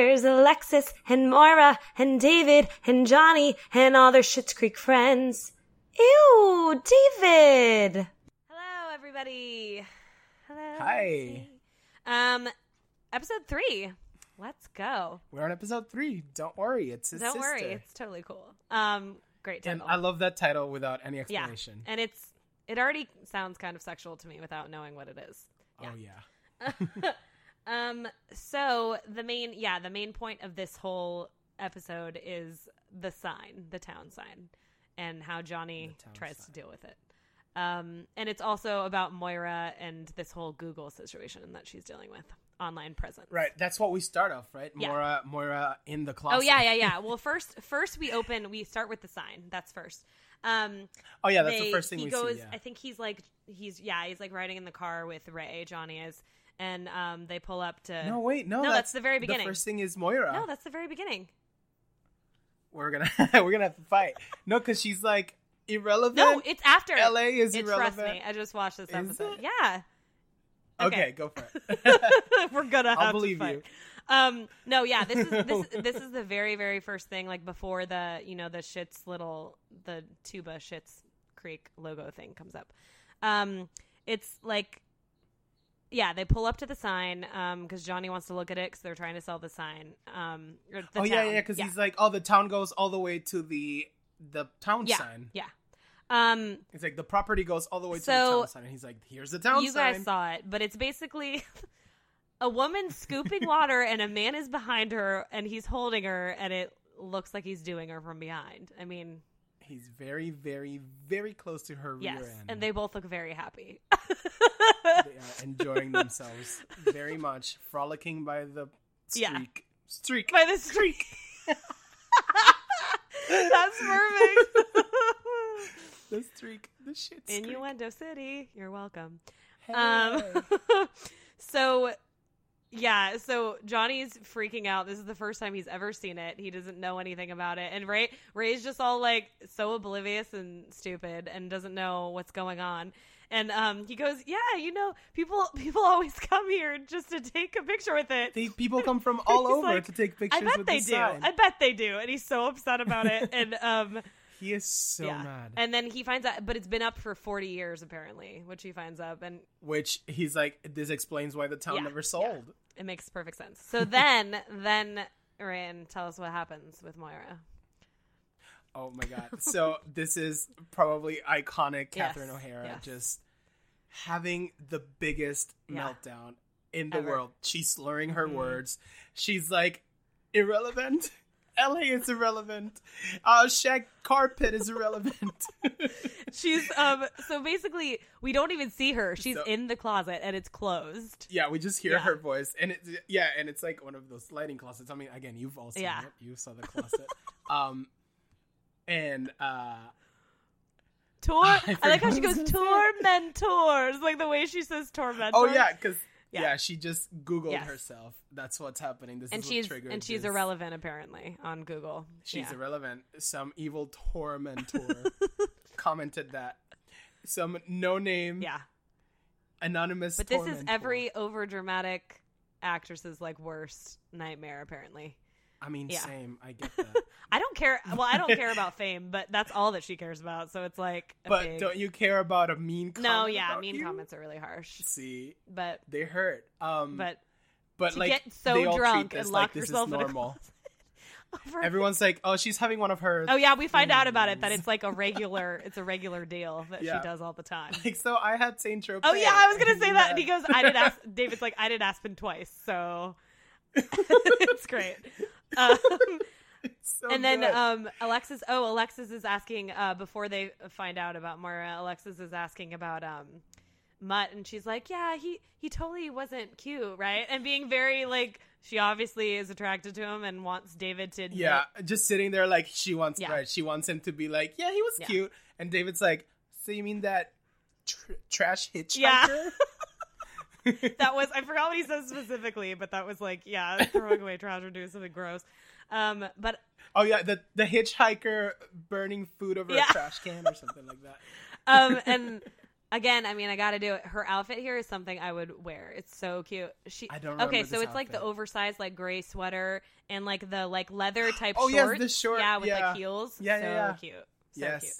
Alexis and Moira and David and Johnny and all their Schitt's Creek friends. Ew, David. Hello, everybody. Hello. Hi. Um, episode three. Let's go. We're on episode three. Don't worry, it's his Don't sister. worry, it's totally cool. Um, great and title. I love that title without any yeah, explanation. and it's it already sounds kind of sexual to me without knowing what it is. Oh yeah. Um, so the main, yeah, the main point of this whole episode is the sign, the town sign, and how Johnny The town tries to sign. deal with it. Um, and it's also about Moira and this whole Google situation that she's dealing with, online presence. Right. That's what we start off, right? Yeah. Moira Moira in the closet. Oh yeah, yeah, yeah. well, first, first we open, we start with the sign. That's first. Um, Oh yeah, that's they- the first thing he we goes. see. Yeah. I think he's like, he's yeah, he's like riding in the car with Ray. Johnny is, and um, they pull up to. no, uh, wait, no, No, that's the very The beginning. first thing is Moira. No, that's the very beginning. we're gonna we're gonna have to fight. No, because she's like irrelevant. No, it's after. LA is It, irrelevant. Trust me, I just watched this Is episode. it? Yeah, okay. okay. go for it. we're gonna. Have I'll to believe fight. you. Um, no, yeah, this is this this is the very very first thing, like before the you know the shits little the tuba shits creek logo thing comes up. Um, it's like. Yeah, they pull up to the sign because Johnny wants to look at it because they're trying to sell the sign. Um, or the oh yeah, town. yeah, because he's like, oh, the town goes all the way to the the town yeah, sign. yeah. Um, It's like the property goes all the way to So- the town sign, and he's like, here's the town you sign. guys saw it, but it's basically a woman scooping water and a man is behind her and he's holding her and it looks like he's doing her from behind. I mean, He's very, very, very close to her yes. rear end. And they both look very happy. they are enjoying themselves very much, frolicking by the streak. Yeah. Streak. By the streak. That's perfect. the streak. The shit streak. Innuendo City, you're welcome. Hey. Um, so yeah, so Johnny's freaking out. This is the first time he's ever seen it. He doesn't know anything about it, and Ray Ray's just all like so oblivious and stupid, and doesn't know what's going on. And um, he goes, "Yeah, you know, people people always come here just to take a picture with it. They- people come from all He's over like, to take pictures I bet with they the do. sign. I bet they do." And he's so upset about it. And um, He is so yeah. mad. And then he finds out, but it's been up for forty years apparently, which he finds up, and Which he's like, this explains why the town Yeah, never yeah. sold. It makes perfect sense. So then, then Ryan, tell us what happens with Moira. Oh my god. So this is probably iconic Yes, Catherine O'Hara yes. just having the biggest Yeah. meltdown in the Ever. Mm-hmm. world. She's slurring her words. She's like irrelevant. LA is irrelevant. Uh Shag carpet is irrelevant. She's um. So basically, we don't even see her. She's So- in the closet and it's closed. yeah, we just hear Yeah. her voice. And it's yeah, and it's like one of those lighting closets. I mean, again, you've all seen Yeah. it. You saw the closet. um and uh Tor. I, like how she forgot goes tormentors, like the way she says tormentors. Oh yeah, because Yeah. yeah. she just Googled Yes. herself. That's what's happening. This and is she's what triggered. and she's this. irrelevant apparently on Google. She's yeah. irrelevant. Some evil tormentor commented that. Some no name Yeah, anonymous. but this is tormentor. every overdramatic actress's like worst nightmare apparently. I mean, yeah. same. I get that. I don't care. Well, I don't care about fame, but that's all that she cares about. So it's like, a but big- don't you care about a mean? Comment No, yeah, about mean you? comments are really harsh. See, But they hurt. Um, but but to like get so they all drunk treat this and like lock this is yourself in a normal. over- Everyone's like, oh, she's having one of hers. oh yeah, we find out about it that Please. it's like a regular, it's a regular deal that Mm. Yeah. she does all the time. Like so, I had Saint Tropez. Oh yeah, I was gonna say that, and he goes, "I did ask." David's like, "I did Aspen twice," so it's great. Um, So and then good. um, Alexis, oh, Alexis is asking uh, before they find out about Moira. Alexis is asking about um, Mutt, and she's like, "Yeah, he he totally wasn't cute, right?" And being very like, she obviously is attracted to him and wants David to admit- Yeah, just sitting there like she wants Yeah. right. She wants him to be like, yeah, he was Yeah. cute. And David's like, so you mean that tr- trash hitchhiker? Yeah. that was I forgot what he said specifically, but that was like, yeah, throwing away trash or doing something gross. Um, but Oh yeah, the the hitchhiker burning food over Yeah. a trash can or something like that. um, and Again, I mean, I got to do it. Her outfit here is something I would wear. It's so cute. She I don't remember okay, so this it's like the outfit. oversized like gray sweater and like the like leather type Oh, yes, shorts. the short- yeah, with yeah. like heels. Yeah, so yeah, yeah. cute. So yes. cute.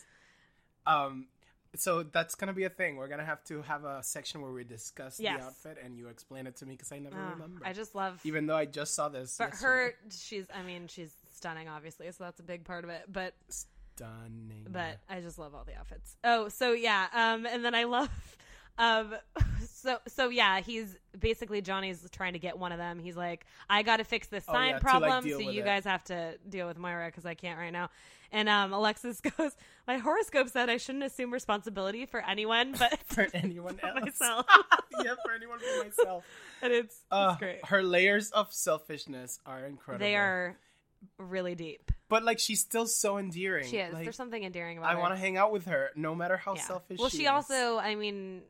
Um, so that's gonna be a thing. We're gonna have to have a section where we discuss Yes. the outfit, and you explain it to me because I never Ah, remember. I just love even though I just saw this. but her yesterday. she's I mean, she's stunning obviously, so that's a big part of it. But stunning. but I just love all the outfits. Oh, so yeah, um, and then I love, um, so so yeah, he's basically Johnny's trying to get one of them. He's like, I got to fix this Oh, sign yeah, to, like, problem, deal so with you it. guys have to deal with Moira because I can't right now. And um, Alexis goes, my horoscope said I shouldn't assume responsibility for anyone, but for anyone for else, myself, yeah, for anyone but myself. and it's, it's Uh, great. her layers of selfishness are incredible. They are really deep. but like she's still so endearing. She is. Like, There's something endearing about I her. want to hang out with her, no matter how Yeah. selfish. Well, she, she, is. also, I mean,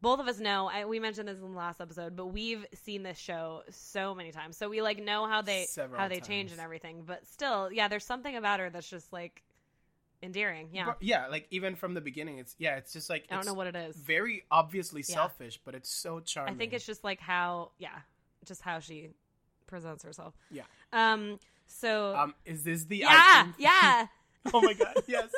both of us know. I, we mentioned this in the last episode, but we've seen this show so many times, so we like know how they Several how they change times. and everything. But still, yeah, there's something about her that's just like endearing. Yeah, But, yeah, like even from the beginning, it's yeah, it's just like I don't it's know what it is. very obviously Yeah. selfish, but it's so I charming. think it's just like how, yeah, just how she presents herself. Yeah. Um. So. um, is this the yeah. icon? Yeah. oh my god, yes.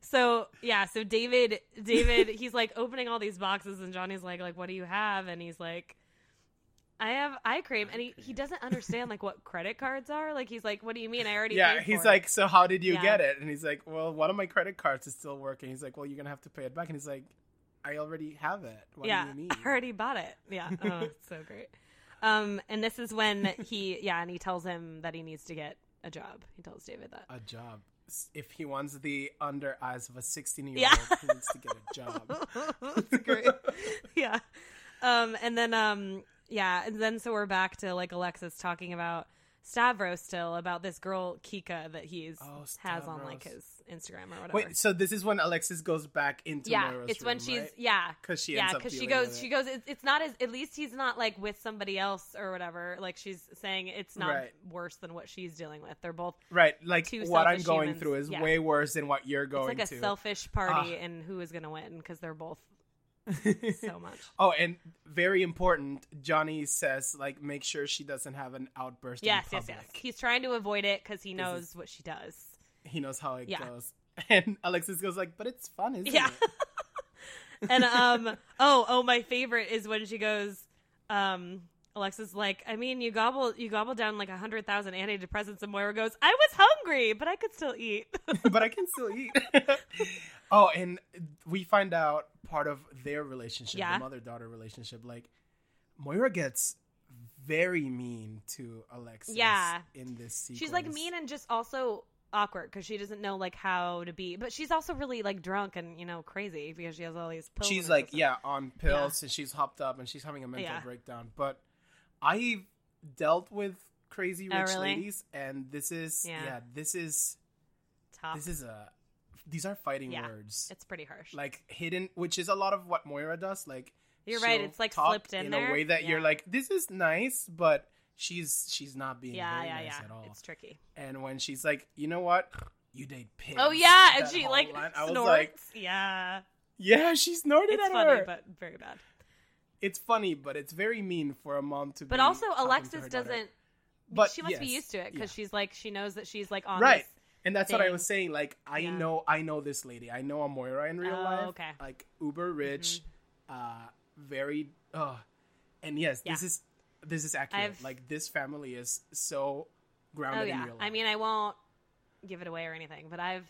So yeah, so David, David, he's like opening all these boxes, and Johnny's like, like, what do you have? And he's like, I have eye cream, and he, he doesn't understand like what credit cards are. Like he's like, what do you mean? I already yeah, paid he's for it." like, so how did you Yeah. get it? And he's like, well, one of my credit cards is still working. He's like, well, you're gonna have to pay it back. And he's like, I already have it. What yeah, do you mean? I already bought it. Yeah, oh, it's so great. Um, and this is when he yeah, and he tells him that he needs to get a job. He tells David that. a job. S- If he wants the under eyes of a 16 year Yeah. old, he needs to get a job. That's great. yeah. Um, and then um, yeah, and then so we're back to like Alexis talking about Stavros still about this girl Kika that he's Oh, has on like Stavros. his Instagram or whatever. Wait, so this is when Alexis goes back into yeah, Moira's it's when room, she's right? yeah. 'Cause she yeah, ends up because she dealing with goes, it. she goes. It's, it's not as at least he's not like with somebody else or whatever. Like she's saying, it's not Right. worse than what she's dealing with. They're both. right, like two what I'm selfish going humans. through is Yeah. way worse than what you're going it's like a to. Ah. selfish party, and who is going to win? Because they're both so much. oh, and very important, Johnny says like make sure she doesn't have an outburst. in yes, yes, public. yes. He's trying to avoid it because he This knows what she does. He knows how it Yeah. goes. And Alexis goes like, but it's fun, isn't Yeah. it? And um oh oh my favorite is when she goes um Alexa's like I mean you gobble you gobble down like a hundred thousand antidepressants and Moira goes I was hungry but I could still eat but I can still eat. oh, and we find out part of their relationship, Yeah. the mother daughter relationship. Like Moira gets very mean to Alexis. Yeah. in this sequence, she's like mean and just also awkward because she doesn't know like how to be but she's also really like drunk and you know crazy because she has all these pills she's in her like system. yeah on pills, and she's hopped up, and she's having a mental Yeah. breakdown. But I've dealt with crazy Oh, rich really? ladies, and this is yeah. Yeah. this is top this is a these are fighting Yeah. words. it's pretty harsh like hidden, which is a lot of what Moira does. Like You're right, she'll it's, like, talk slipped in in a there. way that you're Yeah. like, this is nice, but she's she's not being yeah very yeah nice yeah at all. it's tricky and when she's like, you know what, you date pigs. oh yeah and that she whole like line, I snorts was like, yeah yeah, she snorted it's at funny her. but very bad It's funny, but it's very mean for a mom to. But be also, talking to Alexis her daughter. doesn't. But she must be yes, used to it yeah. because she's like she knows that she's like on Right. this- And that's what I thing. was saying. Like, I Yeah. know, I know this lady. I know a Moira in real Oh, life. okay. Mm-hmm. Like uber rich, uh, very. Uh, and yes, this Yeah. is this is accurate. I've- Like this family is so grounded Oh in yeah. real life. I mean, I won't give it away or anything, but I've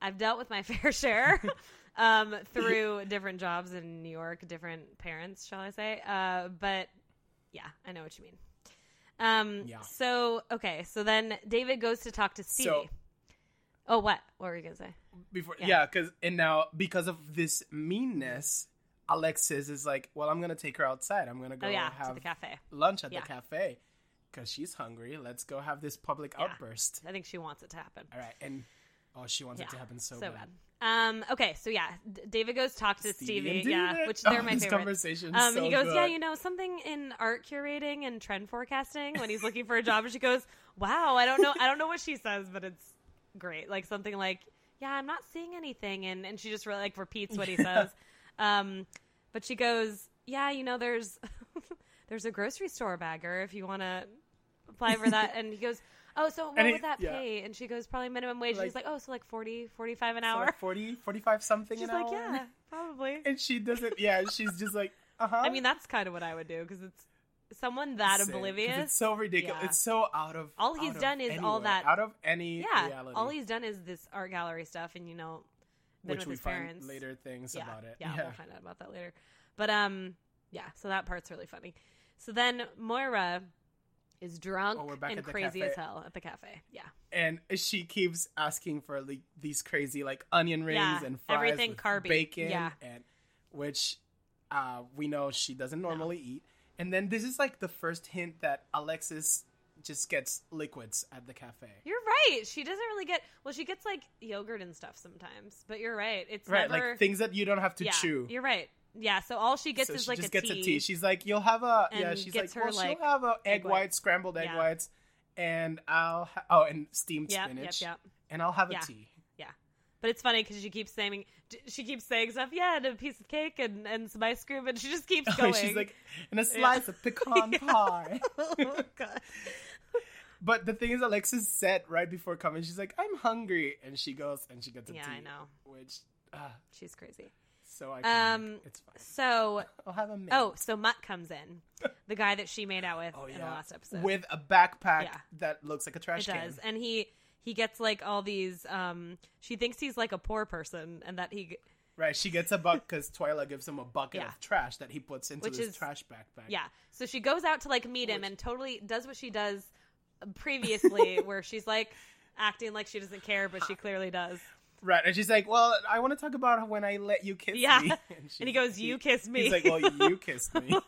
I've dealt with my fair share um, through different jobs in New York, different parents, shall I say? Uh, but yeah, I know what you mean. Um, Yeah. So okay, so then David goes to talk to Stevie. So- oh, what? What were you gonna say? before, yeah. yeah, because and now because of this meanness, Alexis is like, well, I'm gonna take her outside. I'm gonna go Oh yeah, to have the cafe. lunch at Yeah. the cafe because she's hungry. Let's go have this public Yeah. outburst. I think she wants it to happen. All right, and oh, she wants it to happen so, bad. Um, okay, so yeah, D- David goes talk to Stevie, and yeah, David. which they're Oh, my this favorite. conversation. Um, so he goes, yeah, good. you know, something in art curating and trend forecasting when he's looking for a job. and she goes, wow, I don't know, I don't know what she says, but it's great. Like something like, yeah, I'm not seeing anything. And, and she just really like repeats what he says. Um, but she goes, yeah, you know, there's, there's a grocery store bagger if you want to apply for that. and he goes, oh, so what And he- would that yeah. pay? And she goes, probably minimum wage. and he's like, Like- oh, so like 40, 45 an So hour. like 40, 45 something She's an like, hour. yeah, probably. And she doesn't, yeah, she's just like, uh huh. I mean, that's kind of what I would do because it's someone that It's oblivious. so ridiculous. Yeah. It's so out of. All he's out of done is all anywhere, that- Out of any yeah, reality. all he's done is this art gallery stuff, and you know, been which with we his find parents. later things yeah, about it. yeah, we'll find out about that later. But um, yeah, so that part's really funny. So then Moira is drunk Oh, we're back and at the crazy cafe. as hell at the cafe. Yeah, and she keeps asking for like these crazy like onion rings Yeah, and fries everything with carby. bacon Yeah. and which uh, we know she doesn't normally eat and then this is like the first hint that alexis just gets liquids at the cafe you're right. She doesn't really get well. She gets like yogurt and stuff sometimes, but you're right. It's right never like things that you don't have to yeah, chew You're right. Yeah, so all she gets so is she like just a gets tea. a tea she's like you'll have a yeah And she's like gets her, well like, she'll have a egg, egg white, white." scrambled egg Yeah. whites and i'll ha- oh and steamed Yep, yep, spinach yep. and i'll have a Yeah. tea But it's funny because she keeps saying she keeps saying stuff. Yeah, and a piece of cake and and some ice cream, and she just keeps going. Oh, she's like and a slice of pecan Yeah. pie oh god. But the thing is, Alexis said right before coming, she's like, "I'm hungry," and she goes and she gets a Yeah, tea, I know which uh, she's crazy. so I Um, um, it's fine. So I'll have a mint. oh, so Mutt comes in, the guy that she made out with Oh, in the last episode. with a backpack Yeah. that looks like a it trash can. does, and he he gets like all these. Um, she thinks he's like a poor person, and that he Right, she gets a buck because Twyla gives him a bucket Yeah. of trash that he puts into Which his is- trash backpack. Yeah. So she goes out to like meet him and totally does what she does previously, where she's like acting like she doesn't care, but she clearly does. right, and she's like, "Well, I want to talk about when I let you kiss Yeah. me." And he goes, "You kissed me." He's like, "Well, you kissed me."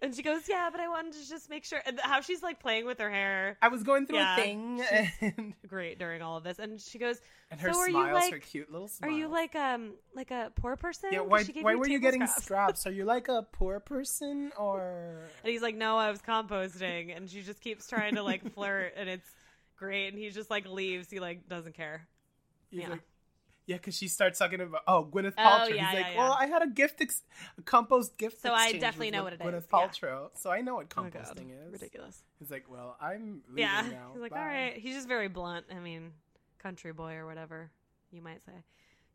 and she goes, "Yeah, but I wanted to just make sure." And how she's like playing with her hair, I was going through Yeah. a thing, and, great during all of this. And she goes, and her "So are you smiles, like, her cute little smile. are you like um like a poor person? Yeah, 'Cause why, she gave why me were you table getting scraps." scraps? Are you like a poor person or And he's like, "No, I was composting." And she just keeps trying to like flirt, and it's great. And he just like leaves. He like doesn't care. He's Yeah. like- yeah, because she starts talking about oh Gwyneth Oh, yeah, Paltrow. he's yeah, like, yeah. well, I had a gift, ex- a compost gift. So I exchange definitely with know Gwy- what it Gwyneth is, yeah. Paltrow. So I know what Oh, God. composting is. Ridiculous. He's like, well, I'm leaving Yeah. now. He's like, Bye." all right. He's just very blunt. I mean, country boy or whatever you might say.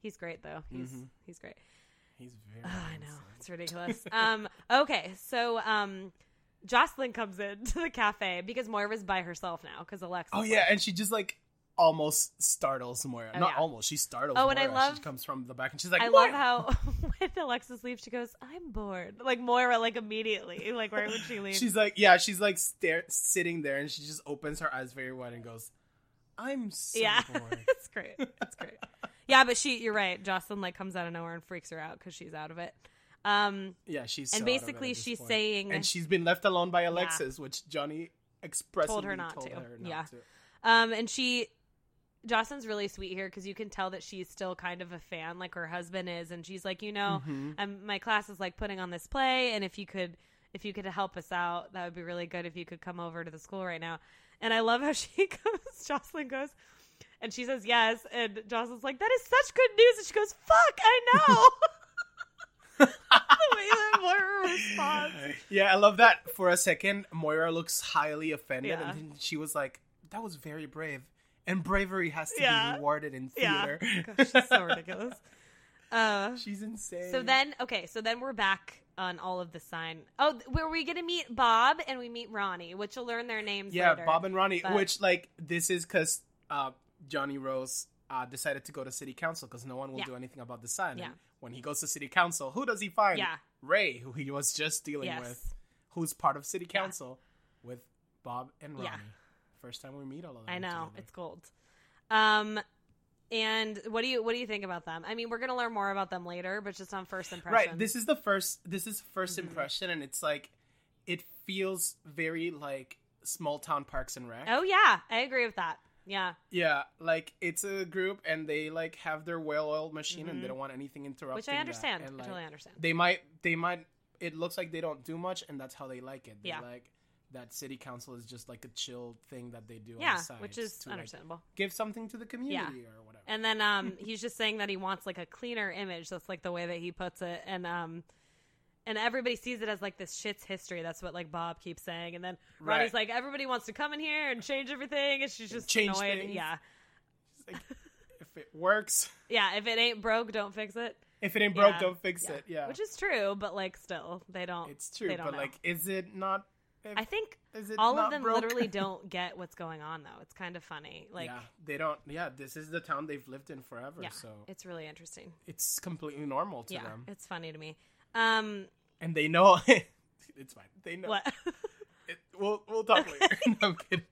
He's great though. He's Mhm. he's great. He's very. Oh, I know. handsome. It's ridiculous. um okay, so um Jocelyn comes in to the cafe because Moira's by herself now because Alexa. Oh yeah, and she just like almost startles Moira. Oh, Not yeah. almost. She startles. Oh, and I Moira. love- She comes from the back, and she's like, I love "Moira!" how when Alexis leaves, she goes, "I'm bored." Like Moira, like immediately, like right when she leaves, She's like, yeah, she's like stare- sitting there, and she just opens her eyes very wide and goes, "I'm so yeah, bored." it's great. It's great. Yeah, but she, you're right. Jocelyn like comes out of nowhere and freaks her out because she's out of it. Um, Yeah, she's and so out of it at basically this she's point. saying and she's been left alone by Alexis, which Johnny expressly Told her not to. her not Yeah. to. Um, and she, Jocelyn's really sweet here because you can tell that she's still kind of a fan, like her husband is, and she's like, you know, Mhm. um, my class is like putting on this play, and if you could, if you could help us out, that would be really good. If you could come over to the school right now, and I love how she goes, Jocelyn goes. And she says yes, and Jocelyn's like, "That is such good news." And she goes, "Fuck, I know." the way that Moira responds, Yeah, I love that. For a second, Moira looks highly offended, Yeah. and then she was like, "That was very brave." And bravery has to Yeah. be rewarded in Yeah. theater. gosh, she's so ridiculous. Uh, she's insane. So then, okay, so then we're back on all of the sign. Oh, th- where we gonna meet Bob and we meet Ronnie, which you'll learn their names. yeah, later. Bob and Ronnie, but- which like this is because uh, Johnny Rose uh, decided to go to city council because no one will Yeah. do anything about the sign. Yeah. And when he goes to city council, who does he find? Yeah. Ray, who he was just dealing yes, with. who's part of city Yeah. council with Bob and Ronnie. Yeah. First time we meet all of them. I know together. it's gold. Um, and what do you what do you think about them? I mean, we're gonna learn more about them later, but just on first impression, right. This is the first. This is 1st Mhm. impression, and it's like it feels very like small town Parks and Rec. oh yeah, I agree with that. Yeah, Yeah, like it's a group, and they like have their well-oiled machine, and Mhm. they don't want anything interrupting. which I that, understand. and, I like, totally understand. They might. They might. It looks like they don't do much, and that's how they like it. They Yeah. like that city council is just like a chill thing that they do. on Yeah, the side which is to, like, understandable. give something to the community or whatever. whatever. And then um, he's just saying that he wants like a cleaner image. That's like the way that he puts it. And um, and everybody sees it as like this shit's history. That's what like Bob keeps saying. And then Ronnie's like, everybody wants to come in here and change everything. And she's just Change annoyed. things. Yeah, It's like, if it works, yeah. If it ain't broke, don't fix it. if it ain't broke, Yeah. don't fix it. Yeah, Which is true, but like still, they don't. it's true. they don't But know. like, is it not? If, I think is it all not of them broke? literally don't get what's going on though. It's kind of funny. Like, yeah, they don't. Yeah, this is the town they've lived in forever, yeah, so it's really interesting. it's completely normal to yeah, them, it's funny to me. Um, and they know. it's fine. They know. what? It, we'll we'll talk later. no, I'm kidding.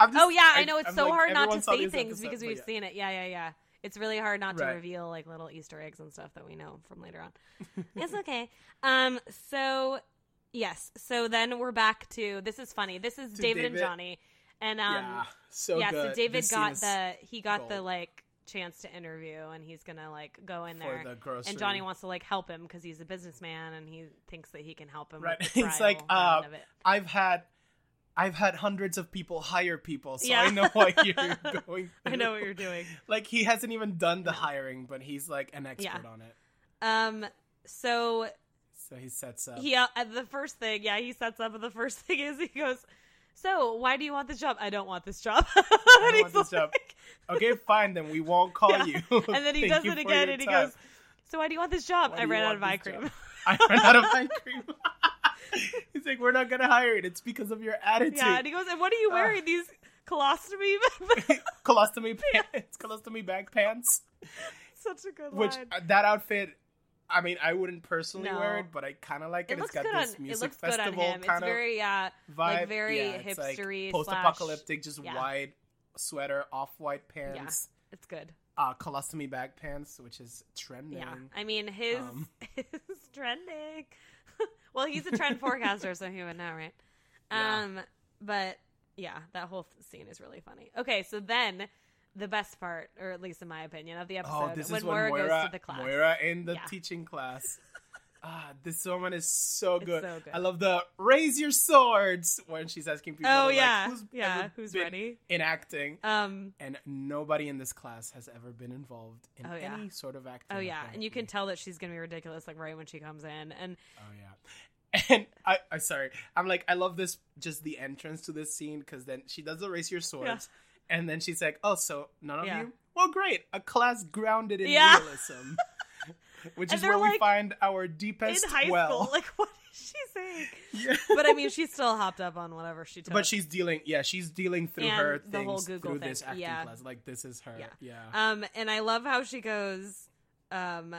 I'm just- oh yeah, I know it's I'm so like, hard not everyone to saw say these things episodes, because but we've yeah. seen it. Yeah, yeah, yeah. It's really hard not to Right. reveal like little Easter eggs and stuff that we know from later on. it's okay. Um, so yes, so then we're back to this is funny. This is To David, and David. Johnny, and um, yeah, so yeah. good. So David This got is the he got the gold. like chance to interview, and he's gonna like go in there. for the grocery. and Johnny wants to like help him because he's a businessman and he thinks that he can help him. Right. With the It's like, trial round uh, of it. I've had. I've had hundreds of people hire people, so Yeah. I know what you're going. Through. I know what you're doing. Like he hasn't even done the No. hiring, but he's like an expert Yeah. on it. Um, so So he sets up. he uh, uh, the first thing, yeah, he sets up, and the first thing is he goes, "So why do you want this job? I don't want this job." I don't want this job. okay, fine then. We won't call Yeah. you. And then he Thank does you it for again, your and he time. goes, "So why do you want this job? Why I do you ran out want of eye this job? cream." I ran out of eye cream. He's like, we're not gonna hire it. It's because of your attitude. yeah, and he goes, "And what are you Ah. wearing? These colostomy?" bags?" colostomy pants, colostomy bag pants. Such a good Which line. uh, that outfit, I mean, I wouldn't personally No. wear it, but I kind of like it. It looks has got good on. this It music looks good on festival him. It's kind very uh, of vibe. like, very yeah, it's like hipstery slash- post-apocalyptic, just yeah. wide sweater, off-white pants, it's good. uh, colostomy bag pants, which is trending. Yeah, I mean his Um. his trending. well, he's a trend forecaster, so he would know, right? Yeah. Um, but yeah, that whole th- scene is really funny. Okay, so then the best part, or at least in my opinion, of the episode, Oh, this when is when Moira, Moira, goes to the class. Moira in the Yeah. teaching class. ah, this woman is so It's good. so good. I love the raise your swords when she's asking people. oh like, yeah, who's yeah. ever Who's been ready? in acting? Um. And nobody in this class has ever been involved in Oh, yeah. any sort of acting. Oh yeah, and you can apparently. tell that she's gonna be ridiculous, like right when she comes in, and Oh yeah. And I, I sorry, I'm like I love this just the entrance to this scene because then she does the raise your swords, and then she's like, oh, so none of Yeah. you? Well, great, a class grounded in Yeah. realism, which And is they're where we like, find our in deepest high school, well. like what is she saying? Yeah. But I mean, she's still hopped up on whatever she took. But she's dealing, yeah, she's dealing through And her the whole things Google through thing, this acting yeah. class. Like this is her, yeah. Yeah. Um, and I love how she goes, um,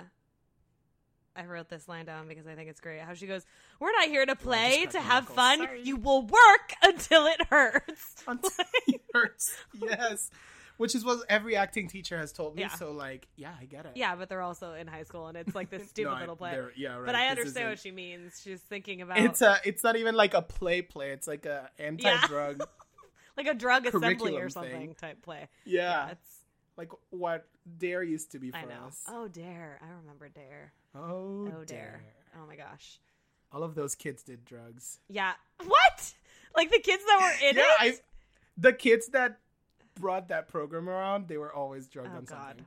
I wrote this line down because I think it's great. How she goes, We're not here to play, got to my have knuckles. fun. Sorry. You will work until it hurts. Until it hurts. yes, which is what every acting teacher has told me. Yeah. So like, yeah, I get it. Yeah, but they're also in high school and it's like this stupid No, I- little play. they're- Yeah, right. But I this understand isn't- what she means. She's thinking about It's a. It's not even like a play play. It's like a anti-drug. like a drug assembly or curriculum something thing. type play. Yeah. It's, like what Dare used to be for I know. us. Oh, dare. I remember dare. Oh, Oh, dare. Oh my gosh. All of those kids did drugs. Yeah. What? Like the kids that were in yeah, it? I, the kids that brought that program around, they were always drugged Oh on God. something.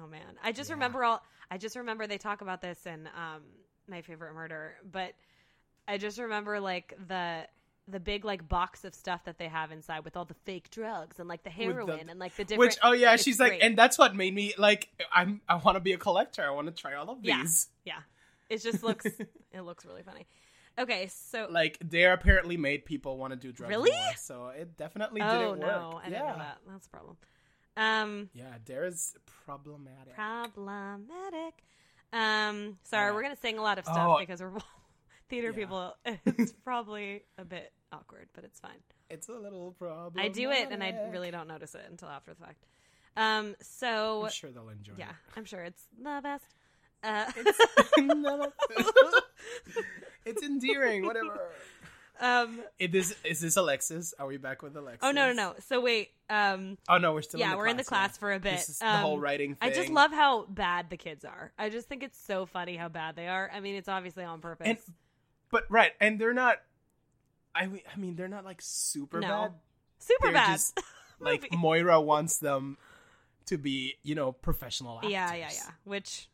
Oh man, I just Yeah. remember all. I just remember they talk about this in um, my favorite murder, but I just remember like the the big like box of stuff that they have inside with all the fake drugs and like the With the- heroin and like the different. Which oh yeah, it's she's like, great. and that's what made me like. I'm. I want to be a collector. I want to try all of Yeah. these. yeah, oh. it just looks it looks really funny. Okay, so Like Dare apparently made people want to do drugs. Really? more, so it definitely oh didn't work. no, I yeah. didn't know that. That's a problem. Um, Yeah, Dare is problematic. problematic. Um, sorry, Yeah. we're gonna sing a lot of stuff Uh, Oh. because we're theater Yeah. people. It's probably a bit awkward, but it's fine. It's a little problem. I do it, and I really don't notice it until after the fact. Um, so I'm sure they'll enjoy. yeah, I'm sure it's the best. Uh, It. it's endearing. Whatever. um, It is. Is this Alexis? Are we back with Alexis? oh no, no, no. So wait, um, Oh no, we're still. yeah, in the we're class, in the class yeah. for a bit. This is the whole Um, writing. Thing. I just love how bad the kids are. I just think it's so funny how bad they are. I mean, it's obviously on purpose. And but right, and they're not. I mean, I mean, they're not like super No. bad. Super They're bad. just like Movie. Moira wants them to be, you know, professional actors. Yeah, yeah, yeah. Which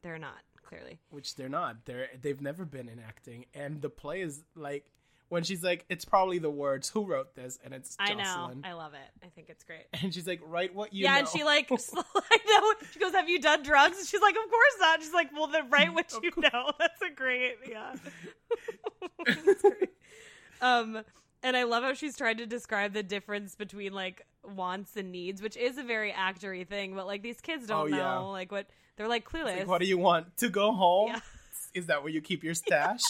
they're not clearly. Which they're not. They're they've never been in acting, and the play is like when she's like, "It's probably the words. Who wrote this?" And it's I know. Jocelyn. I love it. I think it's great. And she's like, "Write what you yeah, know." and she like, I know. She goes, "Have you done drugs?" And she's like, "Of course not." She's like, "Well, then write what Of you course. know." That's a great, yeah. That's great. Um, and I love how she's trying to describe the difference between like wants and needs, which is a very actory thing. But like these kids Oh, don't know, yeah. like what they're like clueless. like, what do you want to go home? Yeah. Is that where you keep your stash?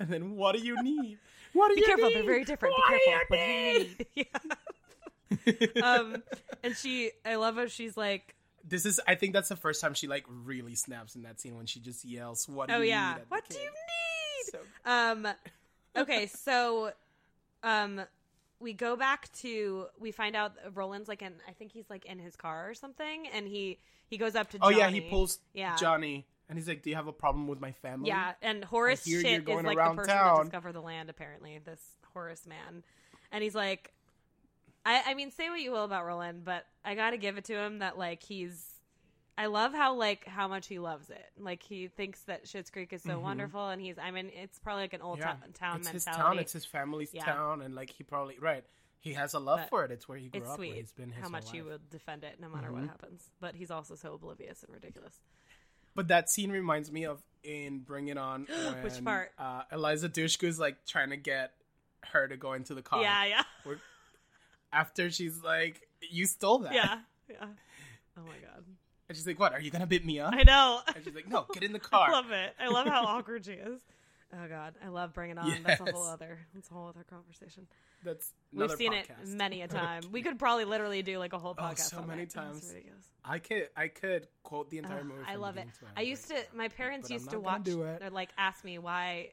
And then what do you need? What do Be you careful, need? they're very different. What Be do careful. What do you need? you need? Yeah. um, and she, I love how she's like, This is, I think that's the first time she like really snaps in that scene when she just yells, "What do "Oh you yeah, need?" at the what do kid. you need?" So, Um, okay, so um, we go back to we find out Roland's like in I think he's like in his car or something, and he he goes up to oh Johnny. yeah, he pulls yeah Johnny, and he's like, "Do you have a problem with my family?" yeah, and Horace I hear shit you're is going like the around person that town. discovered the land apparently. This Horace man, and he's like, I I mean say what you will about Roland, but I gotta give it to him that like he's. I love how like how much he loves it. Like he thinks that Schitt's Creek is so Mhm. wonderful, and he's. I mean, it's probably like an old Yeah, to- town mentality. it's his town. It's his family's Yeah. town, and like he probably right. He has a love But for it. It's where he grew it's up. where sweet he's been his how whole much he life. Mm-hmm. will defend it no matter what happens. But he's also so oblivious and ridiculous. But that scene reminds me of in Bring It On when Which part? Uh, Eliza Dushku's like trying to get her to go into the car. Yeah, yeah, Where- after she's like, "You stole that." yeah, yeah. Oh my god, And she's like, "What? Are you gonna beat me up?" I know. And she's like, "No, get in the I car." love it. I love how awkward she is. Oh god, I love bringing on. That's a whole Yes. other. That's a whole other conversation. That's We've another seen podcast. it many a time. We could probably literally do like a whole Oh, podcast. so on many it. It's times. ridiculous. I could I could quote the entire Ugh, movie. I from love it. beginning end I used to. right now, My parents but I'm used to not gonna watch. Do it. They're like, ask me why,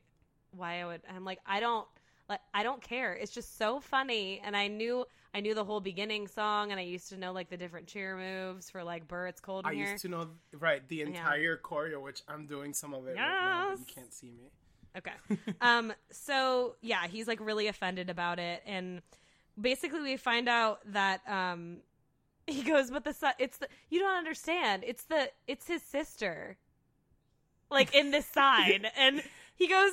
why I would. and I'm like, I don't, like, I don't care. It's just so funny. And I knew, I knew the whole beginning song, and I used to know like the different cheer moves for like "Burr, it's cold in I here." used to know right the entire choreo, which I'm doing some of it right now, but you Yes. can't see me. Okay. um. So yeah, he's like really offended about it, and basically we find out that um, he goes, but the su- it's the you don't understand. It's the it's his sister, like in this sign, and he goes.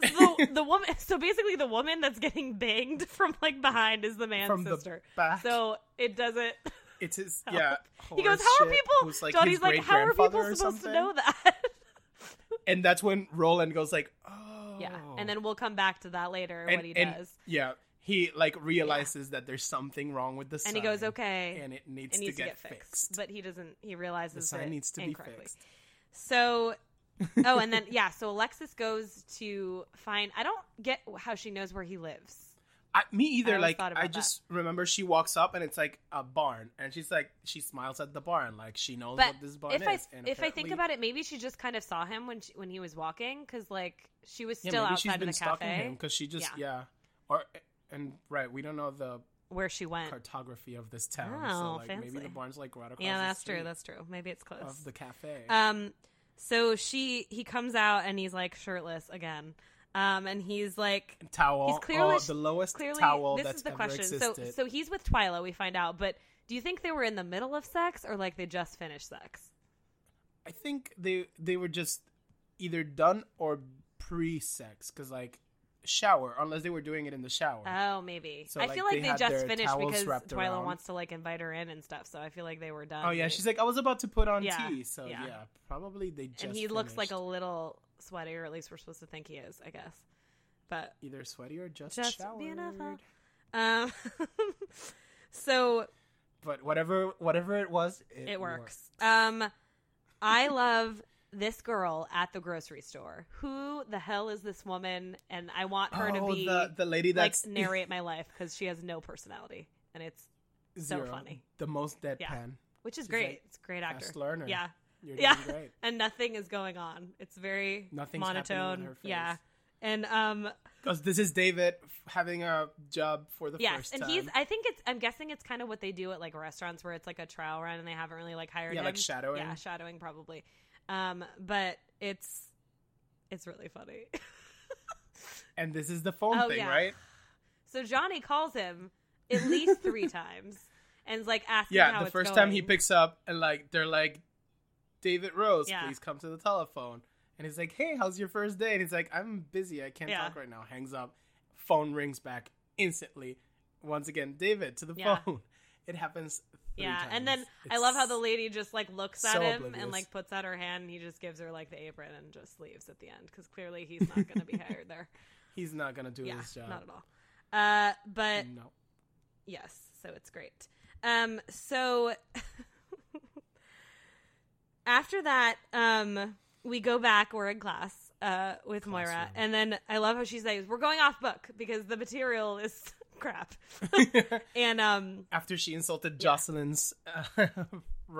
the, the woman so basically the woman that's getting banged from like behind is the man's From sister the back, so it doesn't it's his help. yeah. he goes horse how are shit, people who's, like, his johnny's like how are great-grandfather people or supposed to something." know that And that's when Roland goes like, oh yeah and then we'll come back to that later and, what he and- does Yeah, he like realizes that there's something wrong with the sign, and he goes okay and it needs, it needs to get, fixed. But he doesn't. He The realizes sign it needs to be incorrectly. fixed. So, oh, and then yeah. So Alexis goes to find. I don't get how she knows where he lives. I, me either. always like thought about I that. just remember she walks up and it's like a barn, and she's like she smiles at the barn, like she knows But what this barn if is. I and if I think apparently- about it, maybe she just kind of saw him when she, when he was walking because like she was yeah, still maybe she's outside of been the stalking cafe him because she just Yeah. yeah. or and right we don't know the where she went. cartography of this town, Uh, Oh, so like maybe fancy. the barn's like right across Yeah, the that's true. street That's true. Maybe it's close. of the cafe. Um, so she he comes out and he's like shirtless again. Um, and he's like towel, he's clearly- oh, the lowest clearly towel this that's is the ever question existed. so so he's with twyla we find out but do you think they were in the middle of sex or like they just finished sex I think they they were just either done or pre-sex because like shower unless they were doing it in the shower. oh maybe So, i like, feel they like they, had just their finished towels because wrapped twyla around. wants to like invite her in and stuff so i feel like they were done oh yeah, she's like I was about to put on Yeah, tea, so yeah. yeah. probably they just. and he looks like a finished little sweaty or at least we're supposed to think he is i guess but either sweaty or just, just showered. beautiful um so But whatever whatever it was, it, it works. Um, I love this girl at the grocery store. Who the hell is this woman? And I want her oh, to be the, the lady like that's narrate my life because she has no personality, and it's so zero, funny. the most deadpan. which is She's great. like it's a great actor. Fast learner. Yeah, You're yeah. doing great. and nothing is going on. It's very Nothing's happening with monotone. her face. Yeah, and um, Because this is David f- having a job for the yes, first and time. he's. I think it's. I'm guessing it's kind of what they do at like restaurants where it's like a trial run and they haven't really like hired Yeah, him. like shadowing. Yeah, shadowing probably. Um, but it's it's really funny. and this is the phone Oh, thing, yeah. right? So Johnny calls him at least three times. and's like asking. Yeah, how the it's first time he going. picks up and like they're like, David Rose, Yeah. please come to the telephone. And he's like, Hey, how's your first day? And he's like, I'm busy, I can't Yeah. talk right now. Hangs up, phone rings back instantly. Once again, David to the Yeah. phone. It happens. Three Yeah, times. and then I It's- love how the lady just like looks at so him oblivious. and like puts out her hand, and he just gives her like the apron and just leaves at the end because clearly he's not going to be hired there. he's not gonna do yeah, his job. not at all. Uh, but No. Yes, so it's great. Um, so after that, um, we go back. We're in class uh, with Moira, Classroom. and then I love how she says, "We're going off book because the material is crap." and um, After she insulted Jocelyn's uh,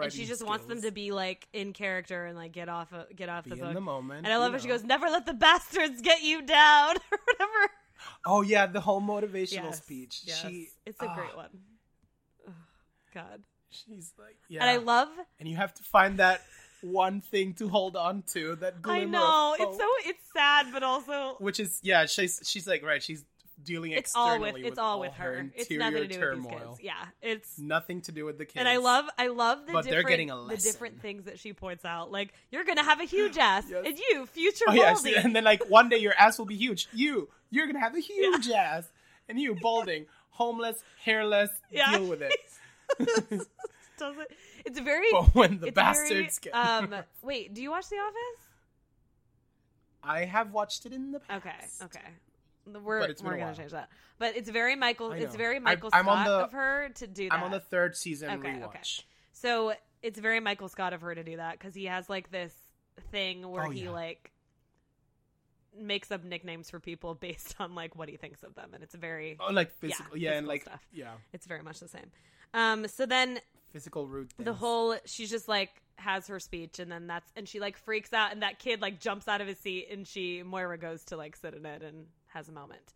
and she just wants them to be like in character and like get off of, get off be the in book. the moment. and I love you how she know. goes, "Never let the bastards get you down," or whatever. Oh yeah, the whole motivational Yes, speech. yes. She, it's a ah, great one. Ugh, God, She's like, yeah. and I love and you have to find that one thing to hold on to that glimmer I of know it's hope, so it's sad, but also which is yeah she's she's like right she's dealing it's all externally with it's all with her, her. It's interior nothing to do turmoil with these kids. Yeah, it's nothing to do with the kids and I love I love the But they're different getting a the lesson. different things that she points out. Like you're gonna have a huge ass, Yes. and you future oh yes Baldy. and then like one day your ass will be huge you you're gonna have a huge ass and you balding homeless hairless Yeah. deal with it Doesn't it's very but when the it's bastards very, get um wait do you watch The Office? I have watched it in the past Okay, okay. We're But it's been we're a gonna while. change that, but it's very Michael. I It's know. very I- Michael I'm on Scott the- of her to do that. I'm on the third season Okay, rewatch okay. So it's very Michael Scott of her to do that because he has like this thing where Oh, he yeah. like makes up nicknames for people based on like what he thinks of them, and it's very oh like physical yeah, and physical like stuff. yeah it's very much the same. Um, so then physical root the things. whole she's just like has her speech and then that's and she like freaks out and that kid like jumps out of his seat and she Moira goes to like sit in it and has a moment.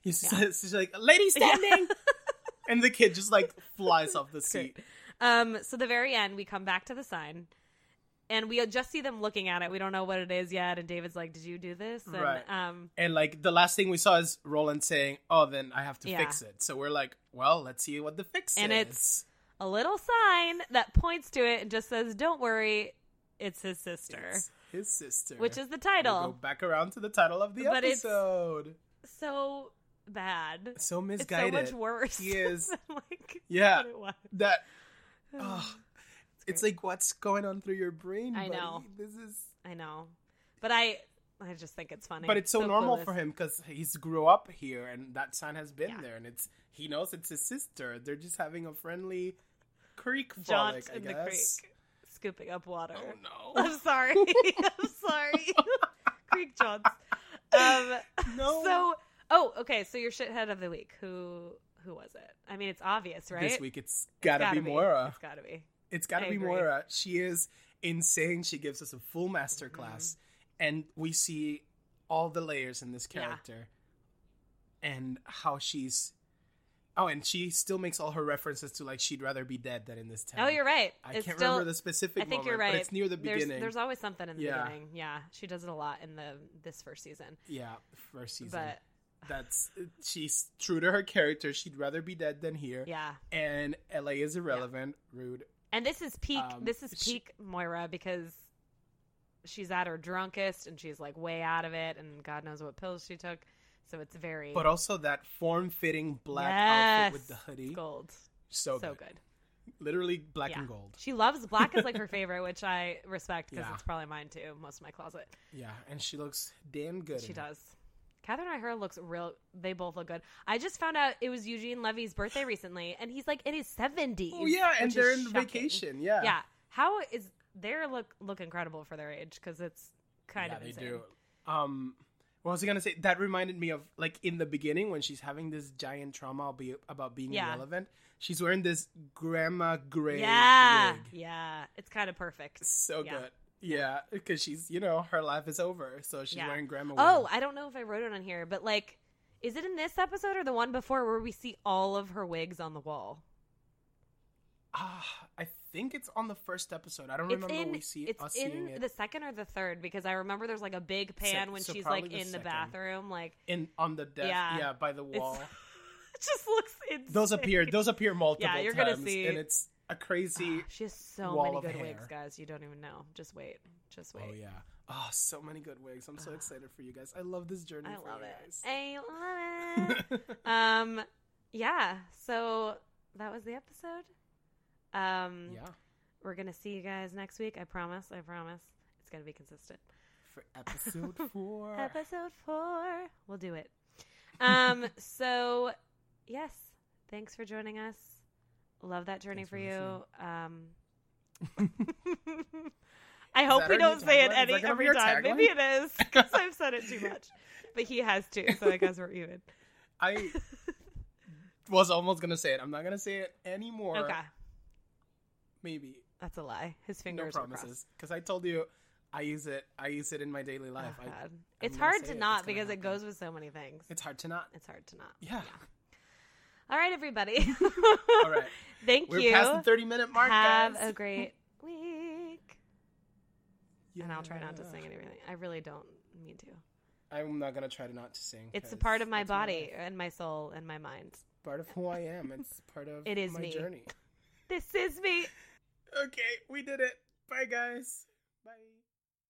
He's just- it's just like, lady standing! and the kid just like flies off the seat. Um, so the very end, we come back to the sign, and we just see them looking at it. We don't know what it is yet. And David's like, "Did you do this?" And, Right. Um, And like the last thing we saw is Roland saying, Oh, then I have to Yeah. fix it. So we're like, Well, let's see what the fix And is. it's- a little sign that points to it and just says, "Don't worry, it's his sister," It's his sister. which is the We'll go title. back around to the title of the But it's- episode. So bad. So It's misguided. so much worse. He is- than, like yeah. what it was. That oh, it's great. like what's going on through your brain, I buddy? know. This is I know, but I, I just think it's funny. But it's so, normal clueless. for him because he's grew up here, and that sign has been Yeah. there, and it's he knows it's his sister. They're just having a friendly creek Jaunt frolic, I in the guess. creek, scooping up water. Oh no, I'm sorry. I'm sorry. Creek Johns. Um, no. So, oh, okay. So your shithead of the week. Who who was it? I mean, it's obvious, right? this week it's gotta, Gotta be, Moira. It's gotta be. It's gotta I be agree. Moira. She is insane. She gives us a full master class, Mm-hmm. and we see all the layers in this Yeah. character, and how she's. Oh, and she still makes all her references to like she'd rather be dead than in this town. Oh, you're right. I it's can't still, remember the specific I think moment, you're right. but it's near the There's- beginning. There's, always something in the Yeah. beginning. Yeah, she does it a lot in the this first season. Yeah, first season. But That's she's true to her character. She'd rather be dead than here. yeah, And LA is irrelevant, rude. and this is peak. Um, this is she- peak Moira because she's at her drunkest and she's like way out of it, and God knows what pills she took. So it's very But also that form-fitting black outfit with the Yes. hoodie, gold. so, so good. good. Literally black Yeah. and gold. She loves black is like her favorite, which I respect because Yeah. it's probably mine too. Most of my closet, Yeah, and she looks damn good. she in it. does. Catherine O'Hara looks real. They both look good. I just found out it was Eugene Levy's birthday recently, and he's like in his seventies. Oh yeah, and they're in vacation. Yeah, Yeah, how is their look look incredible for their age? Because it's kind yeah, of they insane. do. Um, what was I gonna say? That reminded me of like in the beginning when she's having this giant trauma be- about being Yeah. irrelevant. She's wearing this grandma gray Yeah, wig. yeah, it's kind of perfect. so Yeah. good. Yeah, because she's you know her life is over, so she's Yeah. wearing grandma. Oh, wig. I don't know if I wrote it on here, but like, is it in this episode or the one before where we see all of her wigs on the wall? Ah, I think it's on the first episode. I don't It's remember in, we see it's us seeing in it the second or the third because I remember there's like a big Sec- pan when so she's probably like the in the second. bathroom, like in on the desk. Yeah. Yeah, by the wall. it just looks insane. Those appear those appear multiple Yeah, you're gonna times, see- and it's a crazy. She has so wall many of good hair. wigs, guys. You don't even know. Just wait. Just wait. Oh yeah. Oh, so many good wigs. I'm so excited for you guys. I love this journey. I for love you it. I guys. love it. um yeah so that was the episode um yeah. we're gonna see you guys next week i promise i promise it's gonna be consistent For episode four. episode four we'll do it um so yes thanks for joining us love that journey Thanks for, for you um i hope that we our don't new say it tagline? Is any that gonna be every our time tagline? maybe it is because i've said it too much but he has too so i guess we're even I was almost gonna say it. I'm not gonna say it anymore. okay Maybe. that's a lie his No fingers were crossed. promises. Because I told you, I use it. I use it in my daily life. Oh, I, God. it's gonna hard say to it. not It's gonna because it happen. goes with so many things. It's, it's hard to not. hard to not. Yeah. All right, everybody. All right. Thank We're you. past the 30 minute mark, Have guys. a great week. And I'll try not to Yeah. sing anything. I really don't mean to. I'm not gonna try to not to sing. It's a 'cause part of my that's life. body and my soul and my mind. part of who I am. It's part of It is my me. journey. This is me. Okay, we did it. Bye, guys. Bye.